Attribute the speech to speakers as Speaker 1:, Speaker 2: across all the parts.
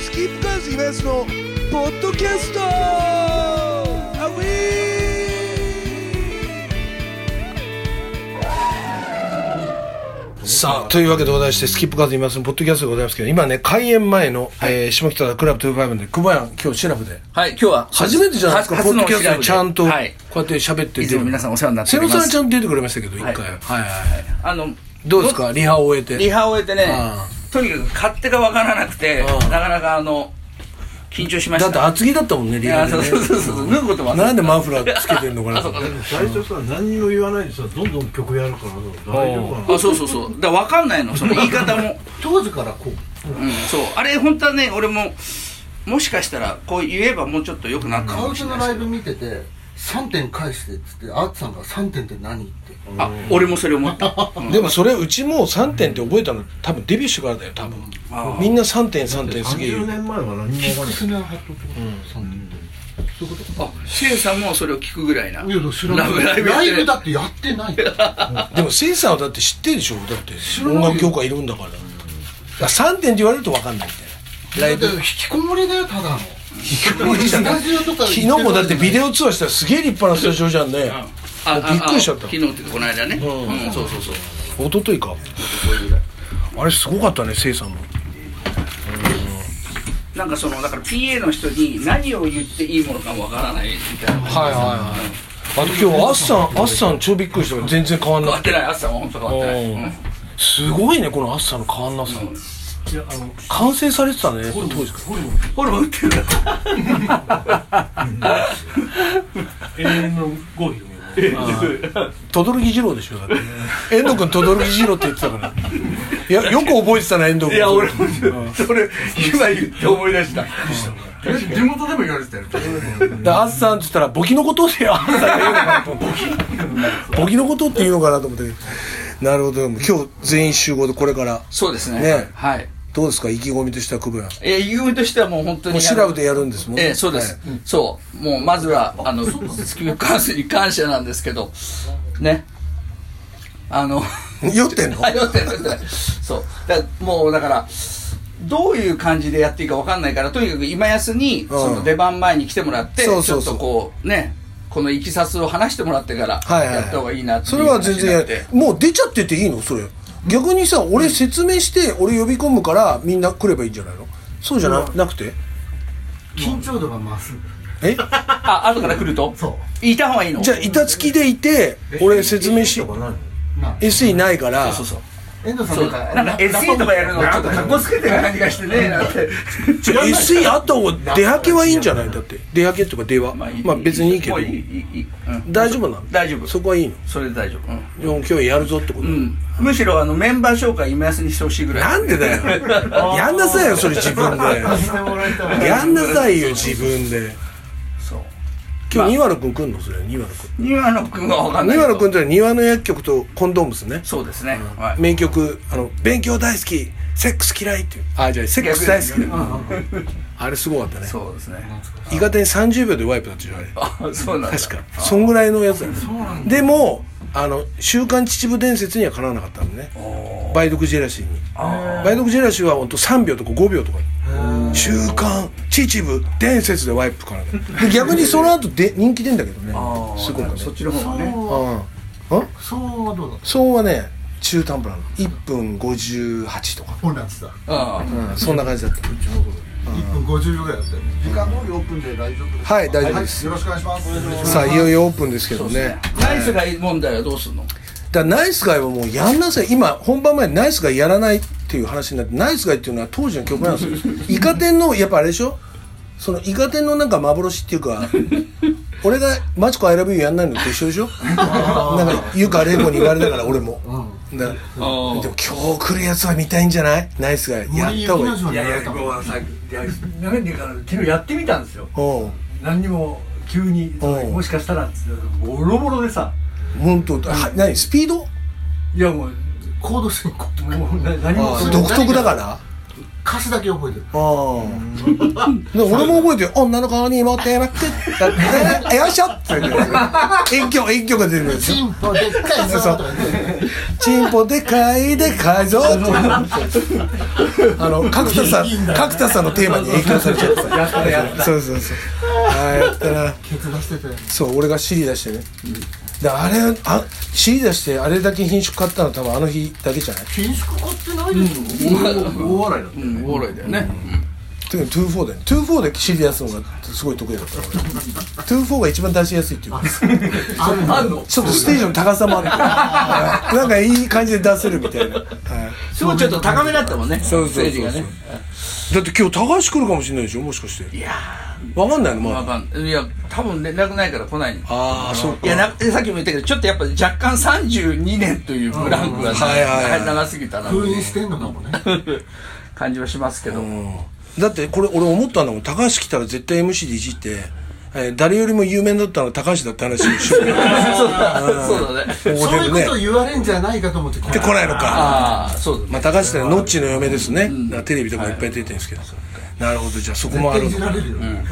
Speaker 1: スキップカーズイベントのポッドキャストアウィーさあというわけでございましてスキップカーズイベントのポッドキャストでございますけど今ね開演前の、えー下北沢クラブ25で久保屋今日シラフで
Speaker 2: はい、今日は。
Speaker 1: 初めてじゃないですかポ
Speaker 2: 初
Speaker 1: ッド
Speaker 2: の
Speaker 1: キャストにちゃんとこう
Speaker 2: は
Speaker 1: や
Speaker 2: い。
Speaker 1: って喋って
Speaker 2: いつも皆さんお世話になって
Speaker 1: 瀬
Speaker 2: おり
Speaker 1: 野
Speaker 2: ま
Speaker 1: さんち
Speaker 2: す。
Speaker 1: ゃんと出てくれましたけど一回
Speaker 2: はい
Speaker 1: はいはい
Speaker 2: あの、
Speaker 1: どうですかリハを終えて
Speaker 2: リハを終えてね
Speaker 1: あ、
Speaker 2: とにかく勝手がわからなくて、
Speaker 1: うん
Speaker 2: なかなかあの、緊張しまし
Speaker 1: だ
Speaker 2: た。
Speaker 1: って厚着だったもんね
Speaker 2: い
Speaker 1: リハ
Speaker 2: や、
Speaker 1: で
Speaker 2: そう
Speaker 1: ね
Speaker 2: そうそうそう、脱ぐことも忘れてた
Speaker 1: なんでマフラーつけてんのかなと思って
Speaker 3: 最初さ何にも言わないでさどんどん曲やるからさ大丈夫かな
Speaker 2: あ、そうそうそう。だからわかんないの、その言い 方も。
Speaker 3: 当時からこう
Speaker 2: うん、そう。あれ、本当はね、俺も、もしかしたら、こう言えばもうちょっと良くなったか
Speaker 4: カ
Speaker 2: も
Speaker 4: ウ
Speaker 2: し
Speaker 4: チ
Speaker 2: れな
Speaker 4: の
Speaker 2: い
Speaker 4: ライ
Speaker 2: です
Speaker 4: ブ見てて3点返してっつってアーツさんが3点って何って
Speaker 2: けどあ、俺もそれ 思った。うん
Speaker 1: でもそれうちも3点って覚えたの多分デビューしてからだよ多分
Speaker 2: あー
Speaker 1: みんな3点3点すげえ
Speaker 3: 30年前は何も分かんない
Speaker 4: スネアハットってこと3点そういうこ
Speaker 2: あ、シエさんもそれを聞くぐらいな。
Speaker 4: といや知ら
Speaker 2: ラブラ
Speaker 4: な
Speaker 2: イ
Speaker 4: い
Speaker 2: ブや
Speaker 4: ラ
Speaker 2: って
Speaker 4: イ
Speaker 2: る
Speaker 4: ブだってやってない
Speaker 1: でもせいさんはだって知ってるでしょだって
Speaker 4: らな
Speaker 1: 音
Speaker 4: いよ
Speaker 1: 楽業界いるんだからだから3点って言われると分かんないみたいな
Speaker 4: ライブ引きこもりだよただの
Speaker 1: スタ
Speaker 4: ジオとか
Speaker 1: 昨日もだってビデオツアーしたらすげえ立派なスタジオじゃんね
Speaker 2: ああ
Speaker 1: びっくりしちゃった
Speaker 2: あ昨日っていうかこの間ね
Speaker 1: ん
Speaker 2: うんそうそうそう
Speaker 1: 一昨日かあれすごかったねせいさんも
Speaker 2: なんかそのだから PA の人に何を言っていいものかわからないみたいな
Speaker 1: はいはいはいあと今日あっさんあっさん超びっくりした全然変わんな
Speaker 2: 変わ
Speaker 1: く
Speaker 2: っててない朝は本当変わってない
Speaker 1: うん
Speaker 2: うん
Speaker 1: すごいねこのあっさんの変わんなさ
Speaker 3: いやあの
Speaker 1: 完成されてたね当時から
Speaker 2: ホルモン打ってるから
Speaker 3: 永遠のゴールドね
Speaker 1: 轟二郎でしょだって遠藤君轟二郎って言ってたからいやよく覚えてたな遠藤君
Speaker 2: いや俺もそれ今言って思い出した
Speaker 4: 地元でも言われてたよ
Speaker 1: であっさんって言ったらボキのことってあっさんが言うのかなと思 ってボキのことって言うのかなと思ってなるほど今日全員集合でこれから
Speaker 2: そうですね
Speaker 1: ね
Speaker 2: はい
Speaker 1: どうですか意気込みとしては久保屋
Speaker 2: えー、言うとしてはもう本当に
Speaker 1: もうシラフでやるんですもんね
Speaker 2: ええそうです、そうもうまずはあのスキルカースに感謝なんですけどねあの
Speaker 1: 酔ってんの
Speaker 2: あ酔ってんの酔ってないそうだもうだからどういう感じでやっていいかわかんないからとにかく今安にその出番前に来てもらって、
Speaker 1: そうそうそう
Speaker 2: ちょっとこうねこのいきさつを話してもらってから
Speaker 1: はいはい
Speaker 2: やった方がいいなってい
Speaker 1: そうれは全然や
Speaker 2: 話になって
Speaker 1: もう出ちゃってていいのそれ逆にさ俺説明して俺呼び込むからみんな来ればいいんじゃないのそうじゃな,、なくて
Speaker 4: 緊張度が増す
Speaker 1: え
Speaker 2: あ後から来るとそういた方がいいの
Speaker 1: じゃあ板付きでいて俺説明し
Speaker 3: とかないの
Speaker 1: SE ないから
Speaker 2: そうそう
Speaker 4: 遠藤さん
Speaker 2: そう
Speaker 4: とか
Speaker 2: なんか SE とかやるのちょっと格好つけてる感じがしてねなんて
Speaker 1: じゃあ SE あった方が出はけはいいんじゃないだって出はけとか出はま
Speaker 2: いい
Speaker 1: あ別にいいけど
Speaker 2: もういいいいいいうん
Speaker 1: 大丈夫なの
Speaker 2: 大丈夫
Speaker 1: そこはいいの
Speaker 2: それで大丈夫うん
Speaker 1: でも今日やるぞってこと、
Speaker 2: うんむしろあのメンバー紹介今安にしてほしいぐらい
Speaker 1: なんでだ よやんなさいよそれ自分
Speaker 4: してもらいた
Speaker 1: で
Speaker 4: い
Speaker 1: やんなさいよ自分で
Speaker 2: そう
Speaker 1: 今日ニワロ君来んのそれニワロ君
Speaker 2: 庭野君は分かんない
Speaker 1: 庭
Speaker 2: けど
Speaker 1: 野君というのは庭の薬局とコンドームスね
Speaker 2: そうですね、はい
Speaker 1: 名曲あの「勉強大好きセックス嫌い」っていうあじゃあセックス大好き、あれすごかったね
Speaker 2: そうですね
Speaker 1: いかてに30秒でワイプだったじゃんあれ
Speaker 2: あ そうなんだ
Speaker 1: 確かそんぐらいのやつだよでもあの「週刊秩父伝説」にはかなわなかったのね梅毒ジェラシーに梅毒ジェラシーは本当3秒とか5秒とか「週刊秩父伝説」でワイプかなわなかったで逆にその後で人気出んだけどね
Speaker 2: あー
Speaker 1: すごくね
Speaker 2: そっちの方がね
Speaker 1: うんん
Speaker 4: そうはどうだった
Speaker 1: そうはね中途半端なの1分58とか、
Speaker 4: ほんなつだ
Speaker 2: あ
Speaker 1: うん、そんな感じだった
Speaker 4: 1分50秒ぐらいだったよ時間通りオープンで大丈夫です
Speaker 1: はい大丈夫です
Speaker 4: よろしくお願いします
Speaker 1: さあいよいよオープンですけ
Speaker 2: あそ
Speaker 1: ど
Speaker 2: う
Speaker 1: ね
Speaker 2: ですねナイスがいい問題はどうすんの
Speaker 1: だからナイスガイはもうやんなさい今本番前にナイスガイやらないっていう話になってナイスガイっていうのは当時の曲なんですよイカ天のやっぱあれでしょそのイカ天のなんか幻っていうか俺が「マチコアイラブユー」やんないのと一緒でしょなんか優香玲子に言われたから俺も、だからでも今日来るやつは見たいんじゃないナイスガイやった方がいい
Speaker 4: いやいや
Speaker 5: 僕はさいやなんていうかな昨日やってみたんですよ
Speaker 1: うん
Speaker 5: 何にも急に
Speaker 1: うん
Speaker 5: もしかしたらってボロボロでさ
Speaker 1: 本当は何スピード
Speaker 5: いやもう
Speaker 4: コード進行
Speaker 5: もうな何も
Speaker 1: 独特だから
Speaker 4: 歌詞だけ覚えてる
Speaker 1: ああ。で俺も覚えてる。女の子にモテまくったって、よいしょって言って遠距、遠距が出るんですよ。
Speaker 4: チンポでっかいぞ
Speaker 1: そう
Speaker 4: とかね
Speaker 1: チンポでかいでかいぞってあの、角田さん、角田さんのテーマに影響されちゃった。
Speaker 5: やったやった
Speaker 1: そうそうそう。ああ、やったな。
Speaker 4: ケツ出してたよね
Speaker 1: そう、俺が尻出してね。で、あれ、あ、尻出してあれだけ品種買ったの多分あの日だけじゃない
Speaker 4: 禁酒買ってないでしょ、
Speaker 5: 大笑いだった
Speaker 2: うん、おもろいだよね。
Speaker 1: 特に24で24で尻出すのがすごい得意だった俺24が一番出しやすいっていうか
Speaker 5: あんの
Speaker 1: ちょっとステージの高さもあ ってなんかいい感じで出せるみたいな、はい、だ
Speaker 2: すごいちょっと高めだったもんね、
Speaker 1: そうそうそうそう
Speaker 2: ステージがね。
Speaker 1: って今日高橋来るかもしれないでしょもしかしていやわかんないのま
Speaker 2: まあ
Speaker 1: だ
Speaker 2: まあ、いや、多分連絡ないから来ないの
Speaker 1: ああそう
Speaker 2: い
Speaker 1: か
Speaker 2: やなさっきも言ったけどちょっとやっぱ若干32年というブランクがさ
Speaker 1: うんはいはいはい
Speaker 2: 長すぎたな
Speaker 4: 封印してんのかもね
Speaker 2: 感じはしますけど
Speaker 1: だってこれ俺思ったんだもん高橋来たら絶対 MC でいじって、えー誰よりも有名だったのは高橋だって話をしよう
Speaker 2: そうだそうだね
Speaker 4: そ ういうこと
Speaker 1: ね
Speaker 4: 言われんじゃないかと思って
Speaker 1: で来ないのか
Speaker 2: ああそうだ
Speaker 1: まあ、高橋ってのはノッチの嫁ですね、なんかテレビとかいっぱい出てるんですけど、なるほどじゃあそこもある
Speaker 4: い
Speaker 1: の
Speaker 4: じ
Speaker 1: から
Speaker 4: れるよ、ね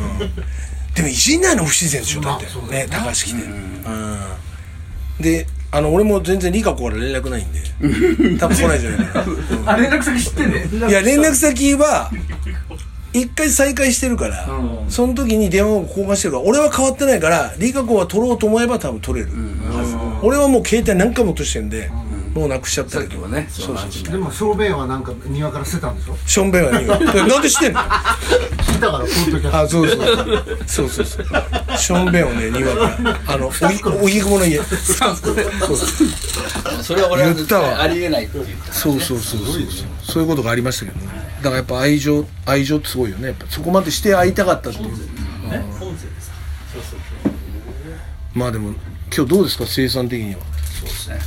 Speaker 1: でもいじんないの不自然でしょだって、
Speaker 4: まあそうだ
Speaker 1: ね
Speaker 4: よね
Speaker 1: 高橋来て、うん、であの俺も全然理香子から連絡ないんで多分来ないんじゃないかな
Speaker 5: あ連絡先知ってんね
Speaker 1: いや連絡先は一回再会してるから、その時に電話を交換してるから俺は変わってないから理香子は取ろうと思えば多分取れる、はず俺はもう携帯何回も落としてるんで、もうなくしちゃった
Speaker 2: さっ
Speaker 1: け
Speaker 2: き
Speaker 1: ど
Speaker 2: もねそうそう
Speaker 4: でも小便はなんか庭から捨てたんでしょ
Speaker 1: しょんべんはねえよでなんでしてんの
Speaker 4: 聞いたからポッドキャスト
Speaker 1: あそうそうそうそうそうしょんべんをね庭からあのおおぎくもの家
Speaker 2: それは俺は
Speaker 1: 言ったわ
Speaker 2: ありえないって言った
Speaker 1: そうそうそうそうそうそういうことがありましたけどねだからやっぱ愛情愛情ってすごいよねやっぱそこまでして会いたかったっていうまあでも今日どうですか生産的には
Speaker 2: そうですね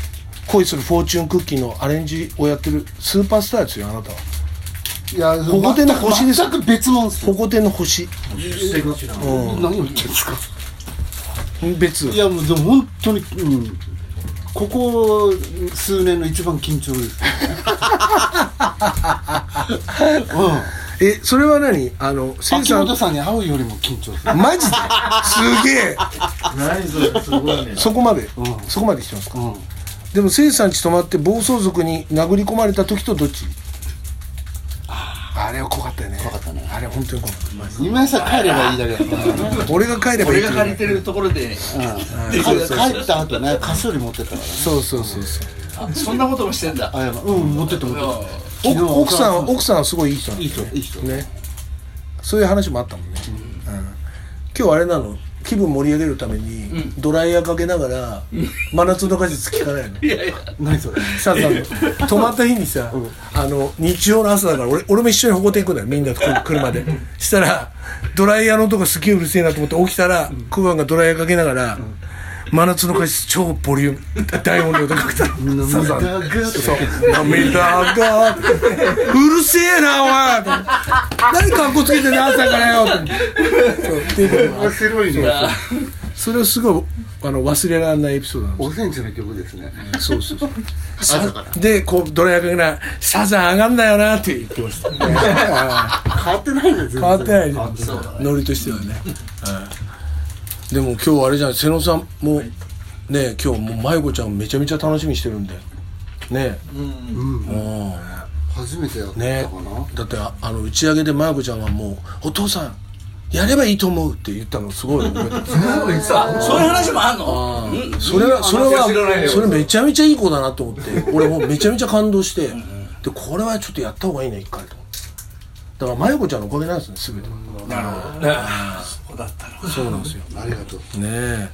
Speaker 1: 恋するフォーチュンクッキーのアレンジをやってるスーパースターですよあなたはい
Speaker 4: や
Speaker 1: ここでの星です
Speaker 4: 全く別物っすよ
Speaker 1: 保護店の星
Speaker 4: 何を言ってるんですか
Speaker 1: 別
Speaker 4: いやもうでも本当に、うん、ここ数年の一番緊張 です、う
Speaker 1: えそれは何あの
Speaker 4: ん、
Speaker 1: 生
Speaker 4: 秋
Speaker 1: 産
Speaker 4: 元さんに会うよりも緊張する
Speaker 1: マジですげえ
Speaker 5: 何それすご いね
Speaker 1: そこまで、そこまで来てますか、
Speaker 4: うん
Speaker 1: でも生産地泊まって暴走族に殴り込まれた時とどっちあれは怖かったよね怖かったねあれは本当に怖かっ
Speaker 4: 今井さん帰ればいいだけだ からね
Speaker 1: た俺が帰ればいい
Speaker 2: 俺
Speaker 1: け
Speaker 2: が
Speaker 1: ど
Speaker 2: 借りてるところで
Speaker 4: 帰帰った後ね菓子折り持ってったからね
Speaker 1: そうそうそうそう
Speaker 2: あそんなこともしてんだ
Speaker 4: あやばうん持ってった持ってっ
Speaker 2: う
Speaker 4: た昨日
Speaker 1: お奥さんは奥さんはすごいいい人なん
Speaker 4: いい
Speaker 1: です
Speaker 4: 人
Speaker 1: ね
Speaker 4: いい人
Speaker 1: ねそういう話もあったもんね、うん今日あれなの気分盛り上げるために、ドライヤーかけながら、真夏の果実聞かないの
Speaker 2: んいやいや
Speaker 4: 何それ
Speaker 1: さあさあ泊まった日にさ、あの日曜の朝だから俺俺も一緒に保護店行くんだよみんなと車車でしたらドライヤーの音がすげえうるせえなと思って起きたら、クワンがドライヤーかけながら、真夏の果実超ボリューム大音量でかけたのサザン
Speaker 4: 涙ぐーっ
Speaker 1: そう涙がうるせえなおいと思って何かっこつけてんだ朝からよと思ってそうっていうことが
Speaker 4: 面白いね
Speaker 1: それをすごいあの忘れられないエピソードなんです
Speaker 4: おセンチの曲ですね
Speaker 1: そうそうそう。で、こう、ドライヤーかけながら、サザン上がんだよなって言ってました。
Speaker 4: 変わってないんだよ
Speaker 1: 変
Speaker 4: 全
Speaker 1: わって
Speaker 4: 然
Speaker 1: ないじゃん。ノリとしてはね。でも今日あれじゃない、瀬野さんも、ね、今日もう、まゆこちゃんめちゃめちゃ楽しみにしてるんで。ね。うん。
Speaker 4: 初めてやったかな、
Speaker 1: ね。だって、ああの、打ち上げでまゆこちゃんはもう、お父さん、やればいいと思うって言ったのすごい覚えてます
Speaker 2: あそういう話もあんのうん
Speaker 1: それはそれ
Speaker 5: 知らない
Speaker 1: は
Speaker 5: よ
Speaker 1: それめちゃめちゃいい子だなと思って俺もめちゃめちゃ感動してでこれはちょっとやった方がいいね一回と思ってだから真由子ちゃんのおかげなんですね全て
Speaker 2: なるほどそこだったのか
Speaker 1: そうなんですよね
Speaker 4: ありがとう
Speaker 1: え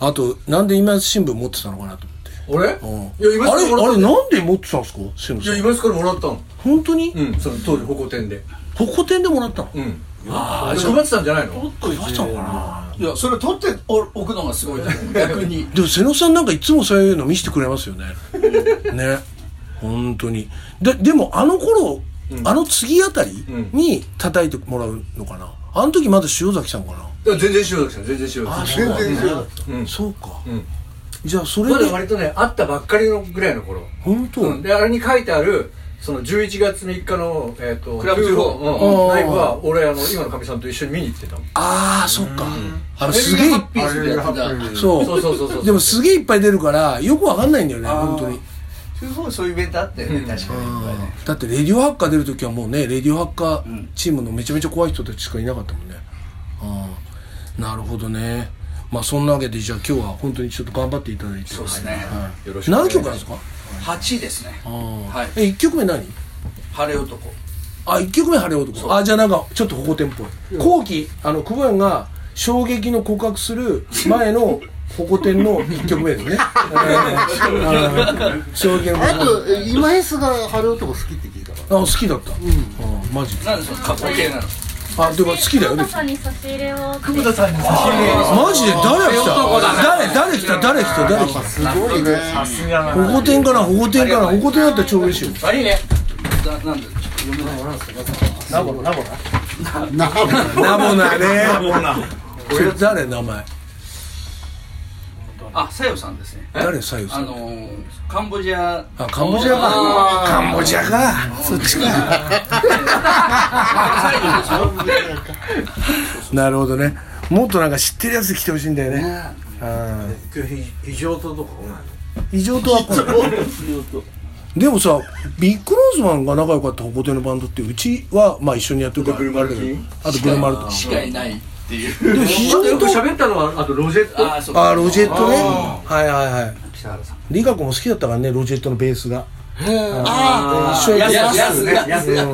Speaker 1: あとなんで今井新聞持ってたのかなと
Speaker 5: 俺
Speaker 1: 思って
Speaker 5: いや今
Speaker 1: あれ
Speaker 5: 井さんもら
Speaker 1: あ
Speaker 5: っ
Speaker 1: れ
Speaker 5: たの
Speaker 1: なんで持ってたんですか新
Speaker 5: いや
Speaker 1: 聞
Speaker 5: 今井さんからもらったの
Speaker 1: 本当に
Speaker 5: うんその当時保護店で
Speaker 1: 保護店でもらったの
Speaker 5: うんああ配ってたんじゃないの
Speaker 1: 配ったのかない
Speaker 2: やそれ取っておおくのがすごいと思う逆に
Speaker 1: でも瀬野さんなんかいつもそういうの見せてくれます よねね本当にででもあの頃、あの次あたりに叩いてもらうのかなあの時まだ塩崎さんかな、
Speaker 5: 全然塩崎さん全然塩崎さ
Speaker 4: 全然違う
Speaker 1: そうか、
Speaker 5: ん
Speaker 1: じゃあそ
Speaker 5: んま
Speaker 1: れ
Speaker 5: だ
Speaker 1: で
Speaker 5: 割とね会ったばっかりのぐらいの頃
Speaker 1: 本当、
Speaker 5: うんであれに書いてあるその11月3日の、えー、と
Speaker 2: クラブ
Speaker 5: 24
Speaker 2: 24
Speaker 5: うんライブは俺あの今のかみさんと一緒に見に行ってたもん
Speaker 1: ああそっかあれすげえいっ
Speaker 2: ハッピーズでやってた
Speaker 3: あれがハッピーズ
Speaker 1: そう
Speaker 5: そうそうそうそう
Speaker 1: でもすげえいっぱい出るからよくわかんないんだよね
Speaker 2: あー
Speaker 1: 本当に
Speaker 2: そうそういうイベントあったよね確かにいっぱいね
Speaker 1: だってレディオハッカー出るときはもうねレディオハッカ
Speaker 2: ん
Speaker 1: ーチームのめちゃめちゃ怖い人たちしかいなかったもんね、ああなるほどねまあそんなわけでじゃあ今日は本当にちょっと頑張っていただいて
Speaker 2: そうですね
Speaker 1: はい
Speaker 5: よろしくお願
Speaker 1: 何
Speaker 5: いし
Speaker 1: 曲な
Speaker 5: ます
Speaker 1: んですか
Speaker 2: 8位ですね
Speaker 1: ああ、
Speaker 2: はい
Speaker 1: え1曲目何
Speaker 2: 晴れ男
Speaker 1: あ1曲目晴れ男あじゃあなんかちょっとホコ天っぽい後期あの久保屋が衝撃の告白する前のホコ天の1曲目です ねうん衝撃の告
Speaker 4: あ
Speaker 1: 白
Speaker 4: とえ今江スが晴れ男好きって聞いたか
Speaker 1: あ好きだった、あマジ
Speaker 2: なんでその過去形なの
Speaker 1: あでも好きだよね
Speaker 6: 久保田さんに差し入れを久
Speaker 5: 久保田さんに差し入れ
Speaker 1: マジで誰来た誰誰来た誰来た誰来た
Speaker 4: らすごいね
Speaker 5: さすがだな
Speaker 1: 保護店から保護店から保護店だったら超嬉しいよ
Speaker 2: 悪いねななんで読めない
Speaker 5: ナボナボ
Speaker 4: な
Speaker 1: ナボナね
Speaker 3: もうな
Speaker 1: それ誰名前
Speaker 2: あさよさんですね
Speaker 1: 誰左右
Speaker 2: あ
Speaker 1: さん
Speaker 2: のーカンボジア
Speaker 1: あカンボジアか
Speaker 2: あー
Speaker 1: カンボジアかそっちか なるほどねもっとなんか知ってるやつで来てほしいんだよねうん
Speaker 3: 今日非常ととか来ない
Speaker 1: 異常とは来ないでもさビッグローズマンが仲良かった保護店のバンドってうちはまあ一緒にやってるから
Speaker 3: グルマルキン
Speaker 1: あとグルマルと
Speaker 2: しかいないっていう
Speaker 1: でも非常
Speaker 5: よく
Speaker 1: と
Speaker 5: 喋ったのはあとロジェット
Speaker 2: あーそう
Speaker 1: あーロジェットねはいはいはい
Speaker 2: 北原さん
Speaker 1: リカ子も好きだったからねロジェットのベースが
Speaker 2: あ
Speaker 1: ー
Speaker 2: やすやすやす
Speaker 5: やすや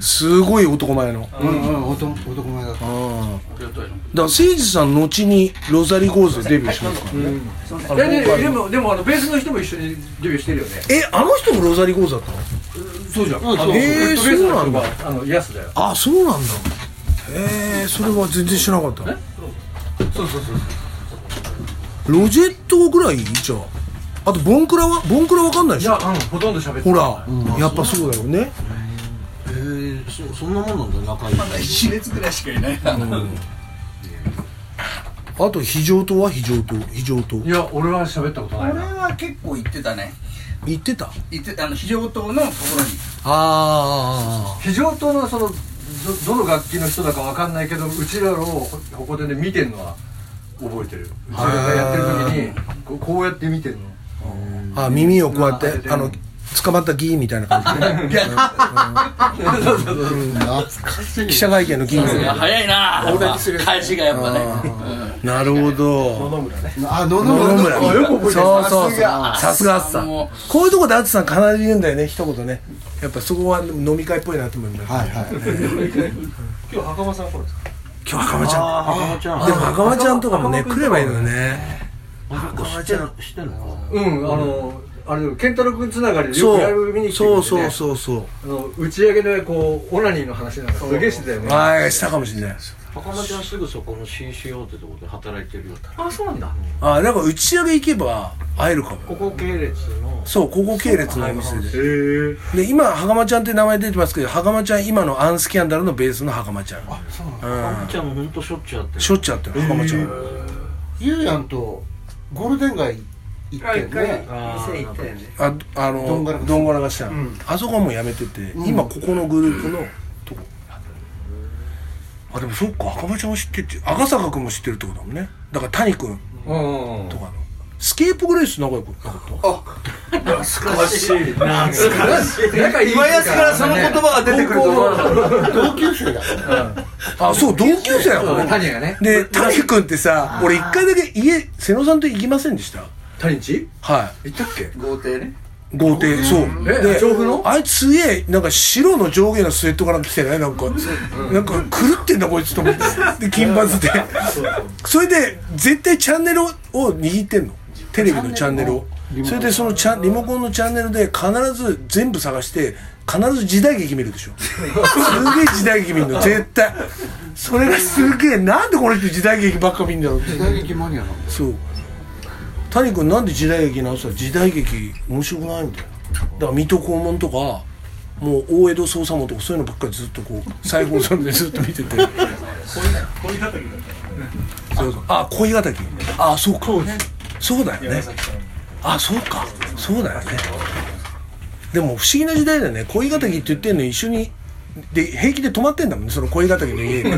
Speaker 1: すごい男前の
Speaker 4: うんうん男男前だった
Speaker 1: だから誠司さん後にロザリゴーズでデビューしますからね、あ
Speaker 5: い
Speaker 1: のボー
Speaker 5: やで
Speaker 1: カル
Speaker 5: でもでもあのベースの人も一緒にデビューしてるよね
Speaker 1: えあの人もロザリゴーズだったの
Speaker 5: そうじゃんあ
Speaker 1: そう
Speaker 5: の
Speaker 1: へー
Speaker 5: ずっとベースの
Speaker 1: そ
Speaker 5: 人
Speaker 1: うなんだ
Speaker 5: があのヤスだよ
Speaker 1: あそうなんだへえそれは全然知らなかった
Speaker 5: そうそうそう
Speaker 1: ロジェットぐらいじゃああとボンクラはボンクラわかんないで
Speaker 5: い
Speaker 1: し
Speaker 5: や
Speaker 1: ょ
Speaker 5: うんほとんど喋って
Speaker 1: ほら、やっぱそうだよね
Speaker 4: へえそそんなもんなんだ仲いい
Speaker 2: まだ1列ぐらいしかいないな
Speaker 1: あと非常灯は非常灯非常灯
Speaker 5: いや俺は喋ったことない
Speaker 2: 俺
Speaker 5: な
Speaker 2: は結構行ってたね
Speaker 1: 言ってたあ
Speaker 2: 行ってあの非常灯のところに
Speaker 1: あ
Speaker 5: 非常灯のそのどどの楽器の人だかわかんないけどうちらをここでね見てるのは覚えてるうちらがやってる時にこうこうやって見てるの
Speaker 1: あ耳をこうやっ
Speaker 5: うん当て
Speaker 1: て
Speaker 5: て
Speaker 1: あの捕まったギーみたいな感じでね
Speaker 4: 懐かしい
Speaker 1: 記者会見のギーみたいな
Speaker 2: 早いなぁやっぱ返しがやっぱね
Speaker 1: なるほど
Speaker 4: あ
Speaker 1: 野
Speaker 4: 野々
Speaker 1: 々
Speaker 4: 村
Speaker 1: 村
Speaker 4: あよく覚えてる
Speaker 1: そうそうそう
Speaker 4: さすが
Speaker 1: さすがあつさん
Speaker 2: も
Speaker 1: こういうとこであつさん必ず言うんだよね一言ねやっぱそこは飲み会っぽいなと思います
Speaker 4: はいはい
Speaker 3: 今日袴さん来ないですか
Speaker 1: 今日袴ちゃ
Speaker 3: 袴ちゃ
Speaker 1: んでも袴ちゃんとかもね来ればいいのよね
Speaker 3: 袴ちゃん知ってんの
Speaker 5: うんあのあれ健太郎君つながりでよ
Speaker 1: そ
Speaker 5: くライブ見に
Speaker 1: う
Speaker 5: 来てく
Speaker 1: そ
Speaker 5: れ
Speaker 1: う
Speaker 5: てね
Speaker 1: そうそうそ
Speaker 5: あの打ち上げでこうオナニーの話なんかすげえしてたよ
Speaker 1: う
Speaker 5: ね
Speaker 1: はいしたかもしれないです
Speaker 3: 袴ちゃんすぐそこの CCO ってとこで働いてるよ
Speaker 5: あそうなんだ
Speaker 1: あなんか打ち上げ行けば会えるかも
Speaker 3: ここ系列の
Speaker 1: そう高校系列のお店で
Speaker 5: へえ
Speaker 1: で今袴ちゃんって名前出てますけど袴ちゃん今のアンスキャンダルのベースの袴ちゃん
Speaker 3: 袴ちゃんもほんとしょっちゅうやってる
Speaker 1: しょっちゅうあってる袴ちゃん
Speaker 4: ゆうやんとゴールデン街行ってね
Speaker 3: 店行って
Speaker 1: ああの
Speaker 4: どんがらが
Speaker 1: どんがらがした、あそこはもうやめてて、今ここのグループのとこあでもそっか赤間ちゃんは知ってって赤坂君も知ってるってことだもんねだから谷君
Speaker 5: うん
Speaker 1: とかのスケープグレース仲良くなかった
Speaker 5: 懐かしい懐かしい仲いい
Speaker 2: 今安からその言葉が出てくると思う
Speaker 4: 同級生だ
Speaker 1: あそう同級生だもんね
Speaker 5: 谷がね
Speaker 1: で谷君ってさ俺一回だけ家瀬野さんと行きませんでした
Speaker 5: 谷んち
Speaker 1: はい
Speaker 5: 行ったっけ
Speaker 2: 豪邸ね
Speaker 1: 豪邸そう
Speaker 5: え調布の
Speaker 1: あいつすげえなんか白の上下のスウェットから来てないなんか、なんか狂ってんだこいつと思ってで金髪でそれで絶対チャンネルを握ってんのテレビのチャンネルをそれでそのチャンリモコンのチャンネルで必ず全部探して必ず時代劇見るでしょすげえ時代劇見る の絶対それがすげえなんでこの人時代劇ばっか見んだろうって
Speaker 4: 時代劇マニアなんだ
Speaker 1: そう谷君なんで時代劇直したら時代劇面白くないみたいなだから水戸黄門とかもう大江戸捜査網とかそういうのばっかりずっとこう再放送でずっと見てて恋敵だったそうそうあ恋敵あそうかそうだよねあそうかそうだよねでも不思議な時代だよね恋敵って言ってんのに一緒にで平気で泊まってんだもんねその恋敵の 家に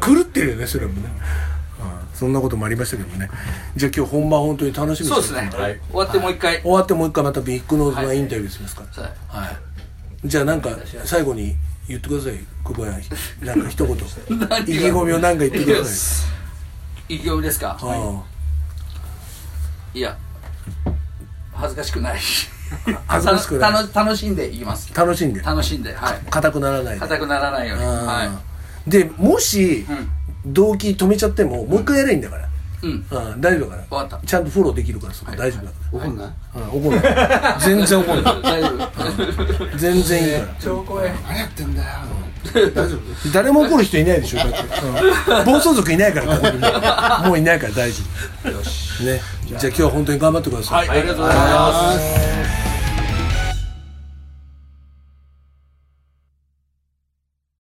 Speaker 1: 狂ってるよねそれもねうんそんなこともありましたけどもねじゃあ今日本番本当に楽しみにして
Speaker 2: そう
Speaker 1: ま
Speaker 2: ですね、終わってもう一回、
Speaker 1: 終わってもう一回またビッグノーズのインタビューしますから、
Speaker 2: さあ
Speaker 1: じゃあなんか最後に言ってください久保谷なんか一言
Speaker 2: 何
Speaker 1: 意気込みをなんか言ってください
Speaker 2: 意気込みですか、
Speaker 1: ああ
Speaker 2: い、や恥ずかしくない
Speaker 1: 恥ずかしくない
Speaker 2: 楽楽しんでいきます
Speaker 1: 楽しんで
Speaker 2: 楽しんではい
Speaker 1: 硬くならないで
Speaker 2: 硬くならないように
Speaker 1: あ
Speaker 2: は
Speaker 1: ーでもし
Speaker 2: いうん
Speaker 1: 動機止めちゃってももう一回やればいいんだから
Speaker 2: うん
Speaker 1: うん大丈夫だか
Speaker 2: わかっ
Speaker 1: らちゃんとフォローできるからそこ大丈夫だか
Speaker 4: 怒んない
Speaker 1: らうん怒んない全然怒んな
Speaker 2: た大丈夫
Speaker 1: い全然いいから
Speaker 2: 超怖い
Speaker 4: 何やってんだよ大丈夫
Speaker 1: 誰も怒る人いないでしょだってうん 暴走族いないからここにもうもういないから大丈夫ねじゃあ今日は本当に頑張ってください
Speaker 2: はいありがとうございます